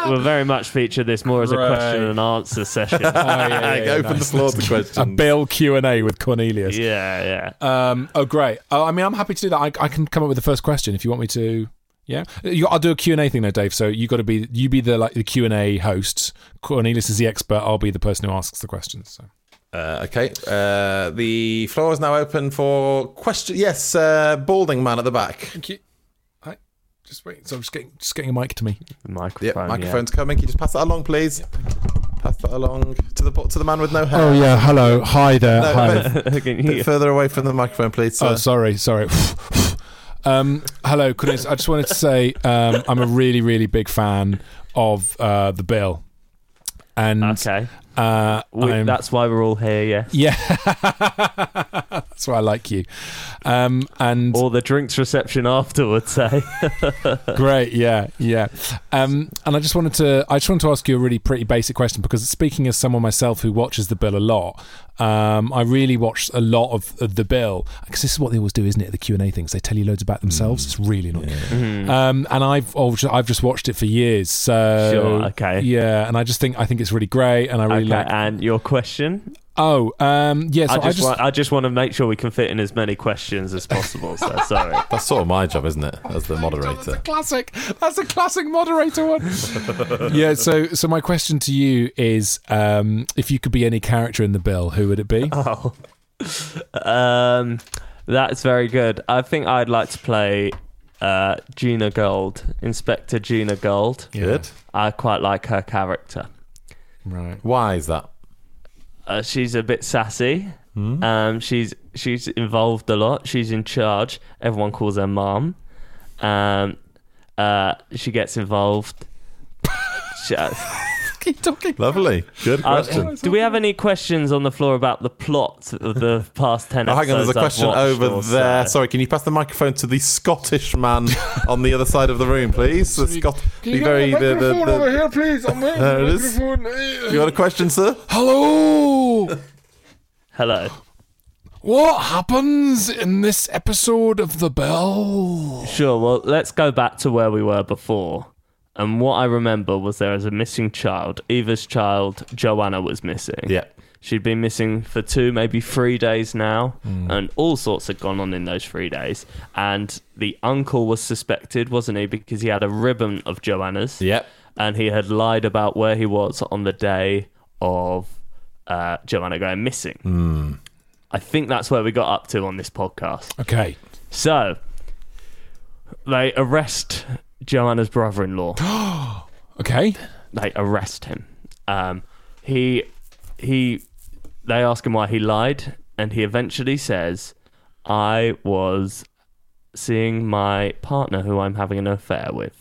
Speaker 6: we- we'll very much feature this more as a question
Speaker 4: Right. Oh,
Speaker 6: and answer session.
Speaker 4: yeah, yeah,
Speaker 3: Open the
Speaker 4: nice.
Speaker 3: floor to
Speaker 4: A
Speaker 3: questions.
Speaker 4: Bill Q and A with Cornelius.
Speaker 6: yeah, yeah.
Speaker 4: Um. Oh, great. Oh, I mean, I'm happy to do that. I, I can come up with the first question if you want me to. Yeah. You, I'll do a Q and A thing though, Dave. So you got to be you be the like the Q and A host. Cornelius is the expert. I'll be the person who asks the questions. So.
Speaker 3: Uh, okay. Uh, the floor is now open for question. Yes, uh, balding man at the back.
Speaker 4: Thank you. I just wait. So I'm just getting just getting a mic to me.
Speaker 6: The microphone.
Speaker 3: Yep,
Speaker 6: yeah.
Speaker 3: microphone's coming. Can you just pass that along, please? Pass that along to the to the man with no hair.
Speaker 4: Oh yeah. Hello. Hi there.
Speaker 3: No,
Speaker 4: Hi.
Speaker 3: a bit-
Speaker 6: Can
Speaker 3: bit
Speaker 6: you-
Speaker 3: further away from the microphone, please.
Speaker 4: Oh,
Speaker 3: Sir.
Speaker 4: sorry, sorry. um, hello, Cornelius. I just wanted to say um, I'm a really, really big fan of uh, the Bill, and
Speaker 6: Okay.
Speaker 4: Uh, I'm-
Speaker 6: that's why we're all here. Yeah.
Speaker 4: Yeah. that's why I like you. Um, and
Speaker 6: or the drinks reception afterwards. Eh?
Speaker 4: Great, yeah, yeah. Um, and I just wanted to, I just wanted to ask you a really pretty basic question because speaking as someone myself who watches the bill a lot, um, I really watch a lot of, of the bill because this is what they always do, isn't it? The Q and A things they tell you loads about themselves. It's really annoying. Um, and I've oh, ju- I've just watched it for years. So
Speaker 6: Sure, okay.
Speaker 4: yeah. And I just think I think it's really great, and I really
Speaker 6: okay.
Speaker 4: like.
Speaker 6: And your question?
Speaker 4: Oh, um, yeah. So
Speaker 6: I just,
Speaker 4: I just
Speaker 6: want, I just want to make sure we can fit in as many questions as possible. So sorry.
Speaker 3: That's sort of my job, isn't it, as the moderator?
Speaker 4: classic. That's a classic moderator one. yeah. So, so my question to you is, um, if you could be any character in the bill, who would it be?
Speaker 3: Ah.
Speaker 6: Oh, um, that's very good. I think I'd like to play uh, Gina Gold, Inspector Gina Gold.
Speaker 3: Good.
Speaker 6: I quite like her character.
Speaker 4: Right.
Speaker 3: Why is that?
Speaker 6: Uh, she's a bit sassy.
Speaker 3: Hmm?
Speaker 6: Um, she's she's involved a lot. She's in charge. Everyone calls her mom. Um, uh, she gets involved. She- uh,
Speaker 4: Keep talking.
Speaker 3: Lovely. Good
Speaker 6: uh,
Speaker 3: question.
Speaker 6: do we have any questions on the floor about the plot of the past ten?
Speaker 3: Oh, hang on, there's a
Speaker 6: episodes I've
Speaker 3: question
Speaker 6: watched
Speaker 3: over
Speaker 6: or
Speaker 3: there.
Speaker 6: so?
Speaker 3: Sorry, can you pass the microphone to the Scottish man on the other side of the room, please? The Scot- the very the, the, the-
Speaker 4: here, please? I'm waiting.
Speaker 3: There it is. You got a question, sir?
Speaker 4: Hello.
Speaker 6: Hello.
Speaker 4: What happens in this episode of The Bell?
Speaker 6: Sure. Well, let's go back to where we were before. And what I remember was there was a missing child. Eva's child, Joanna, was missing.
Speaker 3: Yeah.
Speaker 6: She'd been missing for two, maybe three days now, and all sorts had gone on in those three days. And the uncle was suspected, wasn't he? Because he had a ribbon of Joanna's.
Speaker 3: Yep.
Speaker 6: And he had lied about where he was on the day of uh, Joanna going missing. I think that's where we got up to on this podcast.
Speaker 4: Okay.
Speaker 6: So they arrest Joanna's brother in law.
Speaker 4: Okay.
Speaker 6: they arrest him. Um, he he they ask him why he lied, and he eventually says, I was seeing my partner who I'm having an affair with.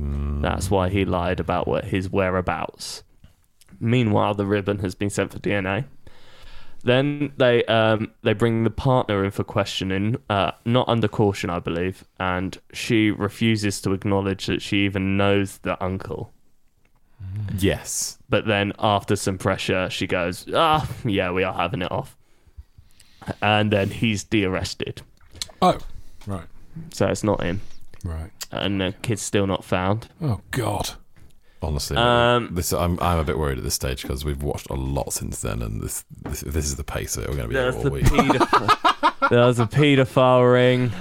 Speaker 6: That's why he lied about what his whereabouts. Meanwhile, the ribbon has been sent for DNA. Then they um, they bring the partner in for questioning, uh, not under caution, I believe, and she refuses to acknowledge that she even knows the uncle.
Speaker 3: Yes.
Speaker 6: But then after some pressure, she goes, "Ah, yeah, we are having it off," and then he's de-arrested,
Speaker 4: Oh. Right.
Speaker 6: so it's not him,
Speaker 4: Right.
Speaker 6: and the kid's still not found.
Speaker 4: Oh God.
Speaker 3: Honestly,
Speaker 6: Um,
Speaker 3: this I'm I'm a bit worried at this stage because we've watched a lot since then, and this this, this is the pace that we're going to be here
Speaker 6: There's
Speaker 3: all
Speaker 6: the
Speaker 3: week.
Speaker 6: pedophile. There's a paedophile ring.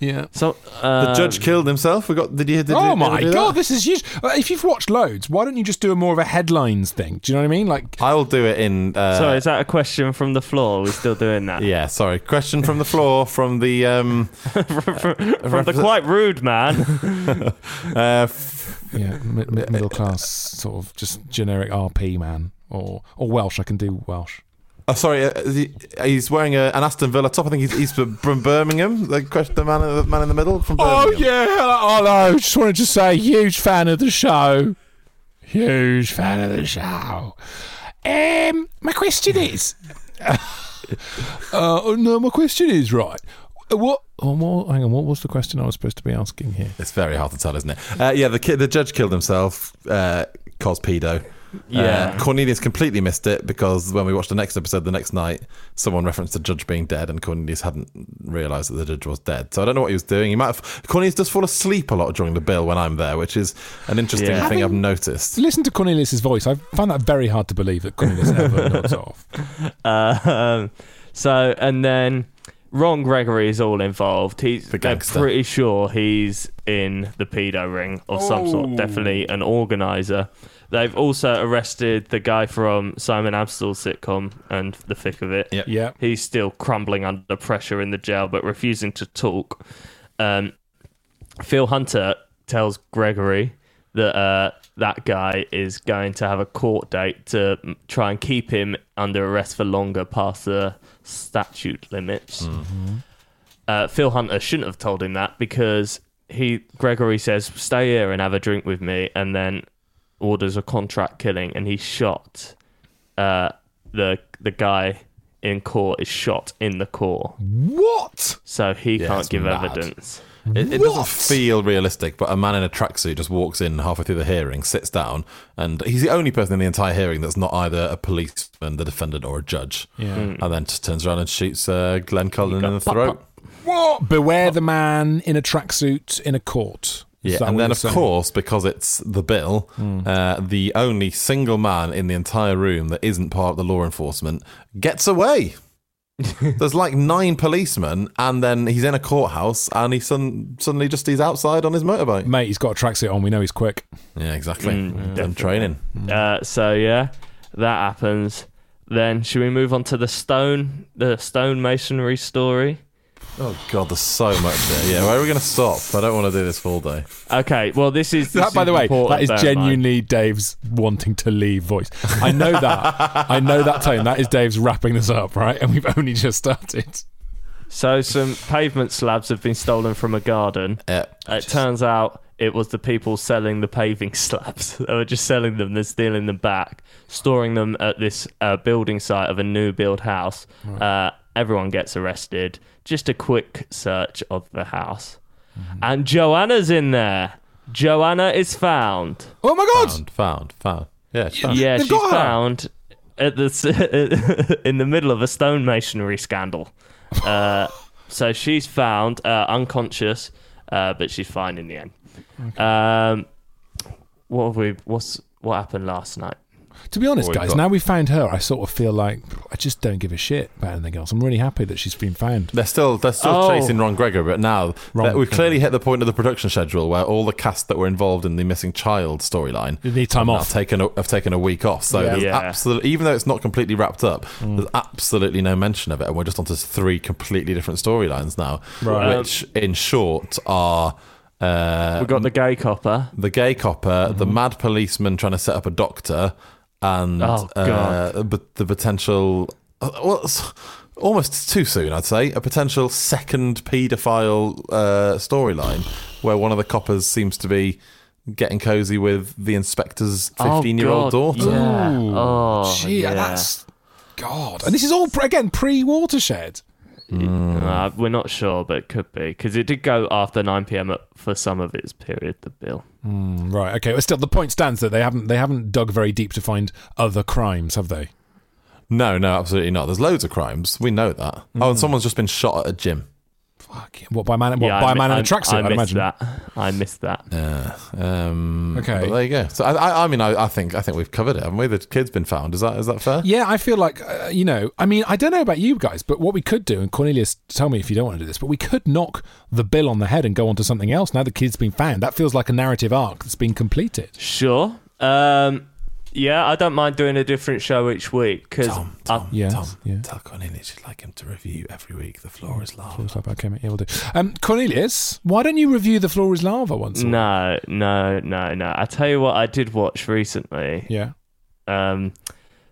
Speaker 4: Yeah.
Speaker 6: So
Speaker 3: the
Speaker 6: uh,
Speaker 3: judge killed himself. We got did you? Did you-
Speaker 4: Um, Oh
Speaker 3: did you
Speaker 4: my
Speaker 3: do that?
Speaker 4: god, this is huge. Uh, If you've watched loads, why don't you just do a more of a headlines thing? Do you know what I mean? Like,
Speaker 3: I will do it in. Uh,
Speaker 6: Sorry, is that a question from the floor? Are we still doing that?
Speaker 3: Yeah, sorry. Question from the floor from the um
Speaker 6: from, from- from the
Speaker 3: represent-
Speaker 6: quite rude man.
Speaker 3: uh, f-
Speaker 4: yeah, mi- mi- middle class sort of just generic RP man or or Welsh. I can do Welsh.
Speaker 3: oh, sorry. Uh, he- he's wearing a, an Aston Villa top. I think he's, he's from Birmingham. The question, the man, the man in the middle from Birmingham.
Speaker 4: Oh yeah, hello, hello. Just wanted to say, huge fan of the show. Huge fan of the show. Um, my question is, uh, oh, no, my question is right. What? Oh, well, hang on. What was the question I was supposed to be asking here?
Speaker 3: It's very hard to tell, isn't it? Uh, yeah, the ki- the judge killed himself. Uh, cause pedo.
Speaker 6: Yeah.
Speaker 3: Uh, Cornelius completely missed it because when we watched the next episode the next night, someone referenced the judge being dead, and Cornelius hadn't realised that the judge was dead. So I don't know what he was doing. He might have. Cornelius does fall asleep a lot during the bill when I'm there, which is an interesting
Speaker 6: Yeah.
Speaker 3: thing I've
Speaker 4: Having-
Speaker 3: noticed.
Speaker 4: Listen to Cornelius's voice. I find that very hard to believe that Cornelius ever nods off.
Speaker 6: Uh, um, so and then Ron Gregory is all involved. He's
Speaker 3: The
Speaker 6: they're
Speaker 3: gangster.
Speaker 6: pretty sure he's in the pedo ring of some sort. Definitely an organizer. They've also arrested the guy from Simon Amstel's sitcom and the thick of it.
Speaker 3: Yep.
Speaker 4: Yeah.
Speaker 6: He's still crumbling under pressure in the jail, but refusing to talk. Um, Phil Hunter tells Gregory that uh, that guy is going to have a court date to mm, try and keep him under arrest for longer past the statute limits. Uh, Phil Hunter shouldn't have told him that because he Gregory says, "Stay here and have a drink with me," and then orders a contract killing, and he's shot uh, the the guy in court is shot in the core.
Speaker 4: What?
Speaker 6: So he
Speaker 3: Yeah,
Speaker 6: can't
Speaker 3: it's
Speaker 6: give
Speaker 3: mad.
Speaker 6: evidence.
Speaker 3: It, it doesn't feel realistic, but a man in a tracksuit just walks in halfway through the hearing, sits down, and he's the only person in the entire hearing that's not either a policeman, the defendant, or a judge.
Speaker 4: Yeah. Mm.
Speaker 3: And then just turns around and shoots uh, Glenn Cullen in the throat.
Speaker 4: What? Beware the man in a tracksuit in a court. Is
Speaker 3: Yeah,
Speaker 4: that
Speaker 3: and
Speaker 4: what
Speaker 3: then
Speaker 4: you're
Speaker 3: of
Speaker 4: saying? Hmm.
Speaker 3: course, because it's the bill, uh, the only single man in the entire room that isn't part of the law enforcement gets away. There's like nine policemen, and then he's in a courthouse, and he sudden suddenly just he's outside on his motorbike.
Speaker 4: Mate, he's got a tracksuit on. We know he's quick.
Speaker 3: Yeah, exactly.
Speaker 4: Hmm,
Speaker 6: Mm,
Speaker 3: Done
Speaker 6: definitely.
Speaker 3: training.
Speaker 6: Uh, so yeah, that happens. Then should we move on to the stone the stonemasonry story?
Speaker 3: Oh God, there's so much there. Yeah, where are we going to stop? I don't want to do this all day.
Speaker 6: Okay, well this is this
Speaker 4: That, by the way,
Speaker 6: important,
Speaker 4: that is
Speaker 6: bear in mind.
Speaker 4: genuinely Dave's wanting to leave voice. I know that. I know that tone. That is Dave's wrapping this up, right? And we've only just started.
Speaker 6: So some pavement slabs have been stolen from a garden. Uh, it turns out it was the people selling the paving slabs. they were just selling them, then stealing them back, storing them at this uh, building site of a new build house. Uh, everyone gets arrested. Just a quick search of the house, and Joanna's in there. Joanna is found.
Speaker 4: Oh my god!
Speaker 3: Found, found, found. Yeah, it's found.
Speaker 6: Yeah,
Speaker 4: They've
Speaker 6: she's
Speaker 4: got her.
Speaker 6: found at the s- in the middle of a stonemasonry scandal. Uh, so she's found uh, unconscious, uh, but she's fine in the end. Um, what have we? What's what happened last night?
Speaker 4: To be honest,
Speaker 3: Well, we've
Speaker 4: guys,
Speaker 3: got-
Speaker 4: now we found her, I sort of feel like I just don't give a shit about anything else. I'm really happy that she's been found.
Speaker 3: They're still they're still
Speaker 6: Oh.
Speaker 3: chasing Ron Gregor, but now
Speaker 4: Ron
Speaker 3: that we've
Speaker 4: Gregor.
Speaker 3: clearly hit the point of the production schedule where all the cast that were involved in the missing child storyline
Speaker 4: They need time
Speaker 3: have
Speaker 4: off.
Speaker 3: Taken a, have taken a week off, so
Speaker 4: Yeah. Mm.
Speaker 3: there's
Speaker 6: Yeah.
Speaker 3: absolutely even though it's not completely wrapped up, there's absolutely no mention of it, and we're just onto three completely different storylines now,
Speaker 4: Right.
Speaker 3: which in short are. Uh,
Speaker 6: We got the gay copper.
Speaker 3: the gay copper, the
Speaker 6: Mm-hmm.
Speaker 3: mad policeman trying to set up a doctor, and
Speaker 6: Oh,
Speaker 3: uh,
Speaker 6: God.
Speaker 3: but the potential. uh, Well, it's almost too soon, I'd say. A potential second paedophile uh, storyline where one of the coppers seems to be getting cozy with the inspector's
Speaker 6: Oh,
Speaker 3: 15 year old
Speaker 6: God,
Speaker 3: daughter.
Speaker 6: Yeah.
Speaker 4: Ooh.
Speaker 6: Oh,
Speaker 4: Gee,
Speaker 6: yeah.
Speaker 4: that's God. And this is all pre- again pre watershed.
Speaker 3: Mm.
Speaker 6: Uh, we're not sure, but it could be because it did go after 9 p.m. at- for some of its period. The bill.
Speaker 4: Right. Okay. Well, still, the point stands that they haven't they haven't dug very deep to find other crimes, have they?
Speaker 3: No, no, absolutely not. There's loads of crimes. We know that. Oh,
Speaker 6: Mm.
Speaker 3: and someone's just been shot at a gym.
Speaker 4: Fuck. yeah. What by man? What by
Speaker 6: I
Speaker 4: a
Speaker 6: mi-
Speaker 4: man in a
Speaker 6: I-
Speaker 4: tracksuit?
Speaker 6: I
Speaker 4: I'd
Speaker 6: missed
Speaker 4: imagine.
Speaker 6: that. I missed that.
Speaker 3: Yeah. Um,
Speaker 4: Okay.
Speaker 3: but there you go. So I, I, I mean, I, I think I think we've covered it, haven't we? The kid's been found. Is that is that fair?
Speaker 4: Yeah, I feel like uh, you know. I mean, I don't know about you guys, but what we could do, and Cornelius, tell me if you don't want to do this, but we could knock the bill on the head and go on to something else. Now the kid's been found, that feels like a narrative arc that's been completed.
Speaker 6: Sure. Um, yeah, I don't mind doing a different show each week because
Speaker 3: Tom, Tom,
Speaker 4: Yeah,
Speaker 3: Tom,
Speaker 4: yeah.
Speaker 3: tell Cornelius you'd like him to review every week. The floor is lava.
Speaker 4: Feels like, okay, mate, yeah, we'll do. Um, Cornelius, why don't you review the floor is lava once? No.
Speaker 6: no, no, no, no. I tell you what, I did watch recently.
Speaker 4: Yeah.
Speaker 6: Um,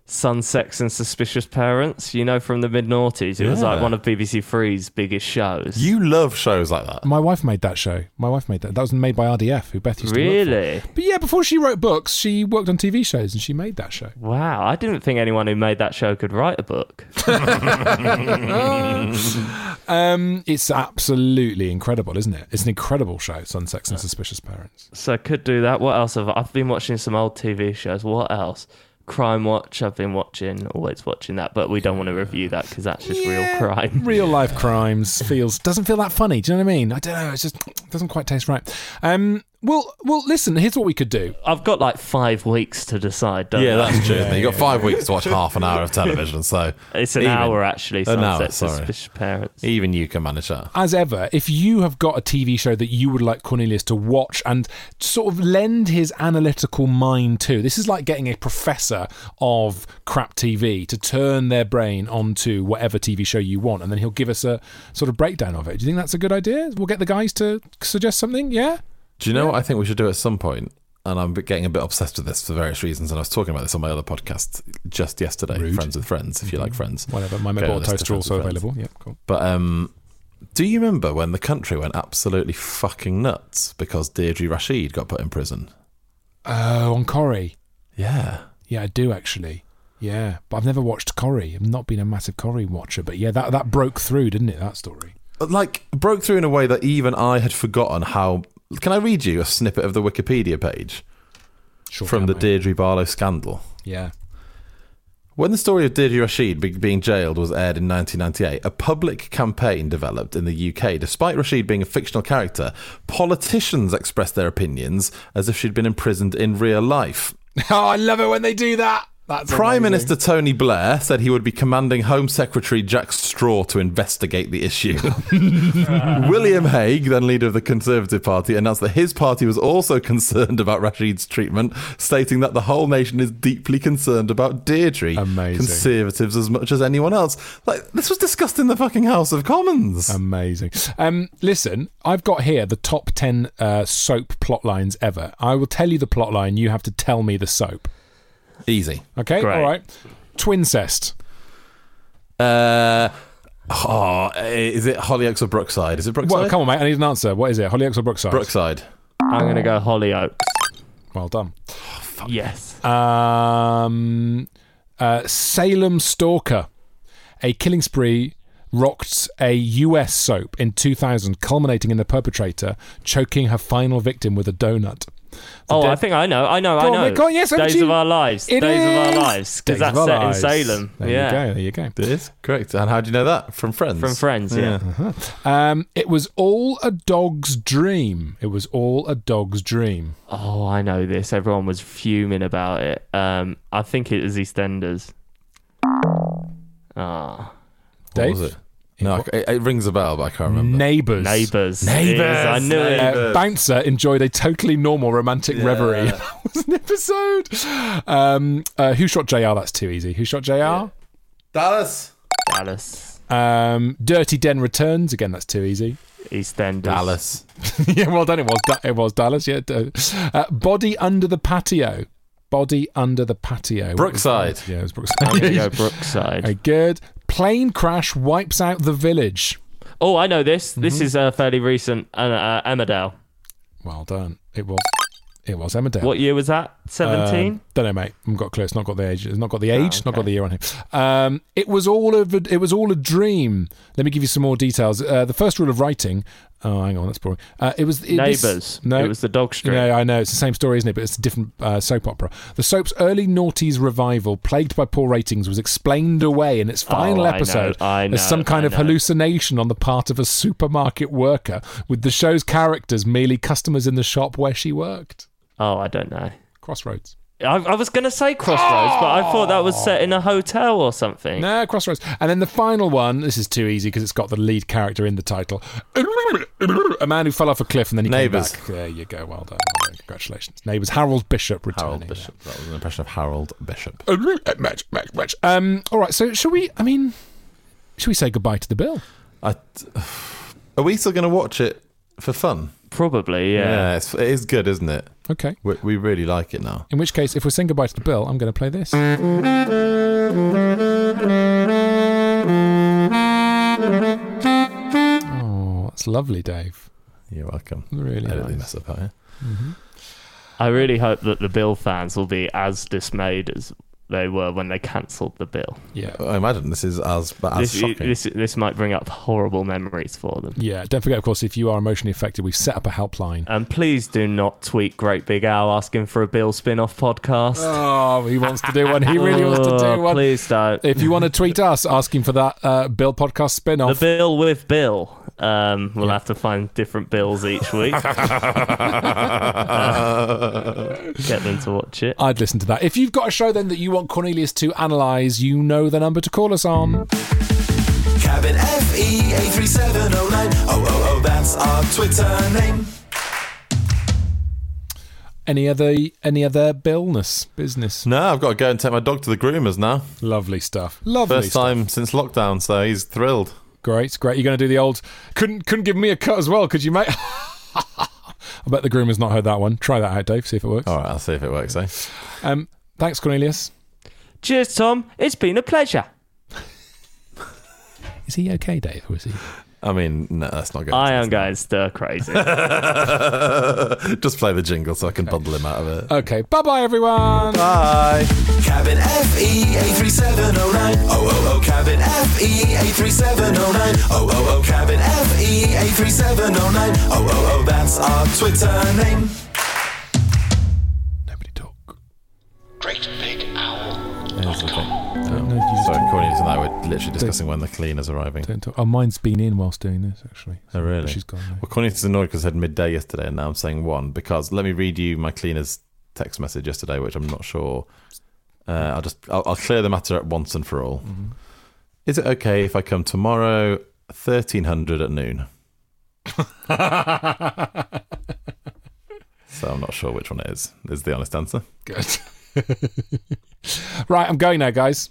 Speaker 6: Sun, Sex, and Suspicious Parents. You know, from the mid noughties, it was like
Speaker 3: Yeah.
Speaker 6: one of BBC Three's biggest shows.
Speaker 3: You love shows like that.
Speaker 4: My wife made that show. My wife made that. That was made by RDF, who Beth used to work for.
Speaker 6: really?
Speaker 4: But yeah, before she wrote books, she worked on TV shows and she made that show.
Speaker 6: Wow, I didn't think anyone who made that show could write a book.
Speaker 4: Um, it's absolutely incredible, isn't it? It's an incredible show, Sunsex and Suspicious Parents.
Speaker 6: so I could do that. What else have I? I've been watching some old TV shows. What else? Crime Watch. I've been watching, always watching that, but we don't want to review that because that's just real crime.
Speaker 4: Real life crimes feels doesn't feel that funny. Do you know what I mean? I don't know. It just doesn't quite taste right. Um, well, well, listen. Here's what we could do.
Speaker 6: I've got like five weeks to decide. Don't I?
Speaker 3: true. isn't it? You've got five weeks to watch half an hour of television, so
Speaker 6: It's an
Speaker 3: even-
Speaker 6: hour actually.
Speaker 3: An hour,
Speaker 6: Sunset
Speaker 3: sorry.
Speaker 6: Suspicious Parents.
Speaker 4: E-
Speaker 3: Even you can manage that.
Speaker 4: As ever, if you have got a TV show that you would like Cornelius to watch and sort of lend his analytical mind to, this is like getting a professor of crap TV to turn their brain onto whatever TV show you want, and then he'll give us a sort of breakdown of it. Do you think that's a good idea? We'll get the guys to suggest something, yeah?
Speaker 3: Do you know what I think we should do at some point? And I'm getting a bit obsessed with this for various reasons. And I was talking about this on my other podcast just yesterday,
Speaker 4: Rude.
Speaker 3: Friends with Friends, if you like Friends.
Speaker 4: Whatever. My
Speaker 3: Go
Speaker 4: mobile
Speaker 3: on, let's do
Speaker 4: toaster
Speaker 3: Friends
Speaker 4: also
Speaker 3: with Friends.
Speaker 4: available. Yeah, cool.
Speaker 3: But um, do you remember when the country went absolutely fucking nuts because Deirdre Rashid got put in prison?
Speaker 4: Oh, on Corrie.
Speaker 3: Yeah.
Speaker 4: Yeah, I do actually. Yeah, but I've never watched Corrie. I've not been a massive Corrie watcher, but yeah, that that broke through, didn't it? That story.
Speaker 3: like broke through in a way that even I had forgotten how. Can I read you a snippet of the Wikipedia page from the Deirdre Barlow scandal?
Speaker 4: Yeah.
Speaker 3: When the story of Deirdre Rashid be- being jailed was aired in 1998, a public campaign developed in the UK. Despite Rashid being a fictional character, politicians expressed their opinions as if she'd been imprisoned in real life.
Speaker 4: Oh, I love it when they do that. That's
Speaker 3: Prime
Speaker 4: amazing.
Speaker 3: Minister Tony Blair said he would be commanding Home Secretary Jack Straw to investigate the issue. William Hague, then leader of the Conservative Party, announced that his party was also concerned about Rashid's treatment, stating that the whole nation is deeply concerned about Deirdre. Amazing. Conservatives as much as anyone else. Like this was discussed in the fucking House of Commons.
Speaker 4: Amazing. Um, listen, I've got here the top 10 uh, soap plot lines ever. I will tell you the plot line. You have to tell me the soap.
Speaker 3: Easy.
Speaker 4: Okay,
Speaker 3: Great.
Speaker 4: all right. Twincest.
Speaker 3: Uh, oh, is it Hollyoaks or Brookside? Is it Brookside?
Speaker 4: Well, come on, mate. I need an answer. What is it? Hollyoaks or Brookside?
Speaker 3: Brookside.
Speaker 6: I'm going to go Hollyoaks.
Speaker 4: Well done.
Speaker 6: Yes.
Speaker 4: Um, uh, Salem Stalker. A killing spree rocked a US soap in 2000, culminating in the perpetrator choking her final victim with a donut. The
Speaker 6: Oh,
Speaker 4: dead-
Speaker 6: I think I know. I know.
Speaker 4: Go
Speaker 6: I
Speaker 4: on,
Speaker 6: know.
Speaker 4: mate, go on, yes, over
Speaker 6: Days
Speaker 4: to you.
Speaker 6: of Our Lives.
Speaker 4: It
Speaker 6: Days of
Speaker 4: is.
Speaker 6: Our Lives.
Speaker 4: Days
Speaker 6: Because that's
Speaker 4: of
Speaker 6: set
Speaker 4: Our
Speaker 6: in
Speaker 4: Lives.
Speaker 6: Salem.
Speaker 4: There
Speaker 6: yeah.
Speaker 4: you go. There you go.
Speaker 3: It is correct. And how do you know that from Friends?
Speaker 6: From Friends, yeah.
Speaker 4: Um, it was all a dog's dream. It was all a dog's dream.
Speaker 6: Oh, I know this. Everyone was fuming about it. Um, I think it was EastEnders. Ah.
Speaker 4: Dave?
Speaker 3: What was it? No, it, it rings a bell, but I can't remember.
Speaker 4: Neighbours.
Speaker 6: Neighbours. Yes, I knew it.
Speaker 4: Uh, Bouncer enjoyed a totally normal romantic reverie.
Speaker 3: Yeah.
Speaker 4: That was an episode. Um, uh, who shot JR? That's too easy. Who shot JR?
Speaker 3: Dallas.
Speaker 6: Dallas.
Speaker 4: Um, Dirty Den returns. Again, that's too easy.
Speaker 6: EastEnders.
Speaker 3: Dallas.
Speaker 4: yeah, well done. It was Da- it was Dallas. Yeah. Uh, Body under the patio. Body under the patio. What was
Speaker 3: Brookside.
Speaker 4: that? Yeah, it was
Speaker 6: I'm
Speaker 4: Brookside.
Speaker 6: going to go Brookside.
Speaker 4: Okay, good. Plane crash wipes out the village.
Speaker 6: Oh, I know this. This is uh, fairly recent. Uh, uh, Emmerdale.
Speaker 4: Well done. It was. It was Emmerdale.
Speaker 6: What year was that? 17?
Speaker 4: Um, don't know, mate. I've got close. Not got the age. It's not got the
Speaker 6: Oh,
Speaker 4: age. Not got the year on here. Um, it was all of. a- It was all a dream. Let me give you some more details. Uh, the first rule of writing. Oh, hang on, that's boring. Uh, it was it- this-
Speaker 6: Neighbours.
Speaker 4: no,
Speaker 6: It was the dog strip.
Speaker 4: No, I know it's the same story, isn't it? But it's a different uh, soap opera. The soap's early noughties revival, plagued by poor ratings, was explained away in its final
Speaker 6: Oh, I know,
Speaker 4: episode
Speaker 6: I know,
Speaker 4: as some kind
Speaker 6: I
Speaker 4: of
Speaker 6: know.
Speaker 4: hallucination on the part of a supermarket worker, with the show's characters merely customers in the shop where she worked.
Speaker 6: Oh, I don't know.
Speaker 4: Crossroads.
Speaker 6: I, I was going to say Crossroads, but I thought that was set in a hotel or something.
Speaker 4: No, Crossroads. And then the final one, this is too easy because it's got the lead character in the title. A man who fell off a cliff and then he
Speaker 3: Neighbours.
Speaker 4: came back. There you go. Well done. Well done. Congratulations. Neighbours. Harold Bishop
Speaker 3: Harold
Speaker 4: returning. Uh,
Speaker 3: Bishop. That was an impression of Harold Bishop.
Speaker 4: Match, match, match. Um, all right. So, shall we, I mean, shall we say goodbye to the bill?
Speaker 3: I, are we still going to watch it for fun?
Speaker 6: Probably, yeah.
Speaker 3: it's, it is good, isn't it?
Speaker 4: Okay.
Speaker 3: We, we really like it now.
Speaker 4: In which case, if we're saying goodbye to the bill, I'm going to play this. Oh, that's lovely, Dave.
Speaker 3: You're welcome.
Speaker 4: Really
Speaker 3: I didn't
Speaker 4: nice.
Speaker 3: mess up, are you?
Speaker 6: I really hope that the Bill fans will be as dismayed as they were when they cancelled the Bill.
Speaker 4: Yeah.
Speaker 3: I imagine this is as but as
Speaker 6: This,
Speaker 3: shocking.
Speaker 6: this this might bring up horrible memories for them.
Speaker 4: Yeah. Don't forget, of course, if you are emotionally affected, we've set up a helpline.
Speaker 6: And Um, please do not tweet Great Big Owl asking for a Bill spin-off podcast.
Speaker 4: Oh, he wants to do one. He really wants to
Speaker 6: Oh,
Speaker 4: do one.
Speaker 6: Please don't.
Speaker 4: If you want to tweet us asking for that uh, Bill podcast spin
Speaker 6: The
Speaker 4: off,
Speaker 6: Bill with Bill. Um, we'll have to find different bills each week. Get them to watch it.
Speaker 4: I'd listen to that. If you've got a show then that you want Cornelius to analyse, you know the number to call us on.
Speaker 5: Cabin E FE 83709. Oh, oh, oh, that's our Twitter name.
Speaker 4: Any other any other billness business?
Speaker 3: no, I've got to go and take my dog to the groomers now.
Speaker 4: Lovely stuff. Lovely
Speaker 3: First
Speaker 4: stuff.
Speaker 3: time since lockdown, so he's thrilled.
Speaker 4: Great, great. You're going to do the old couldn't couldn't give me a cut as well, could you, mate? I bet the groom has not heard that one. Try that out, Dave. See if it works.
Speaker 3: All right, I'll see if it works. Eh?
Speaker 4: Um, thanks, Cornelius.
Speaker 6: Cheers, Tom. It's been a pleasure.
Speaker 4: Is he okay, Dave? Or is he?
Speaker 3: I mean, no, that's not good.
Speaker 6: I am going stir crazy.
Speaker 3: Just play the jingle so I can bundle him out of it.
Speaker 4: Okay, bye bye everyone.
Speaker 3: Bye.
Speaker 5: Cabin E FE A3709. Oh, oh, oh, cabin FE A3709. Oh, oh, oh, cabin FE A3709. Oh, oh, oh, that's our Twitter name.
Speaker 3: Here's the thing. Um, Sorry, Courtney isn't that. We're literally discussing when the cleaner's arriving.
Speaker 4: Don't talk. Oh, mine's been in whilst doing this actually.
Speaker 3: Oh, really?
Speaker 4: She's gone. now.
Speaker 3: Well, Cornelius is annoyed because I said midday yesterday, and now I'm saying one because let me read you my cleaner's text message yesterday, which I'm not sure. Uh, I'll just I'll, I'll clear the matter up once and for all.
Speaker 4: Mm-hmm.
Speaker 3: Is it okay if I come tomorrow, thirteen hundred at noon? so I'm not sure which one it is. Is the honest answer?
Speaker 4: Good. right, I'm going now, guys.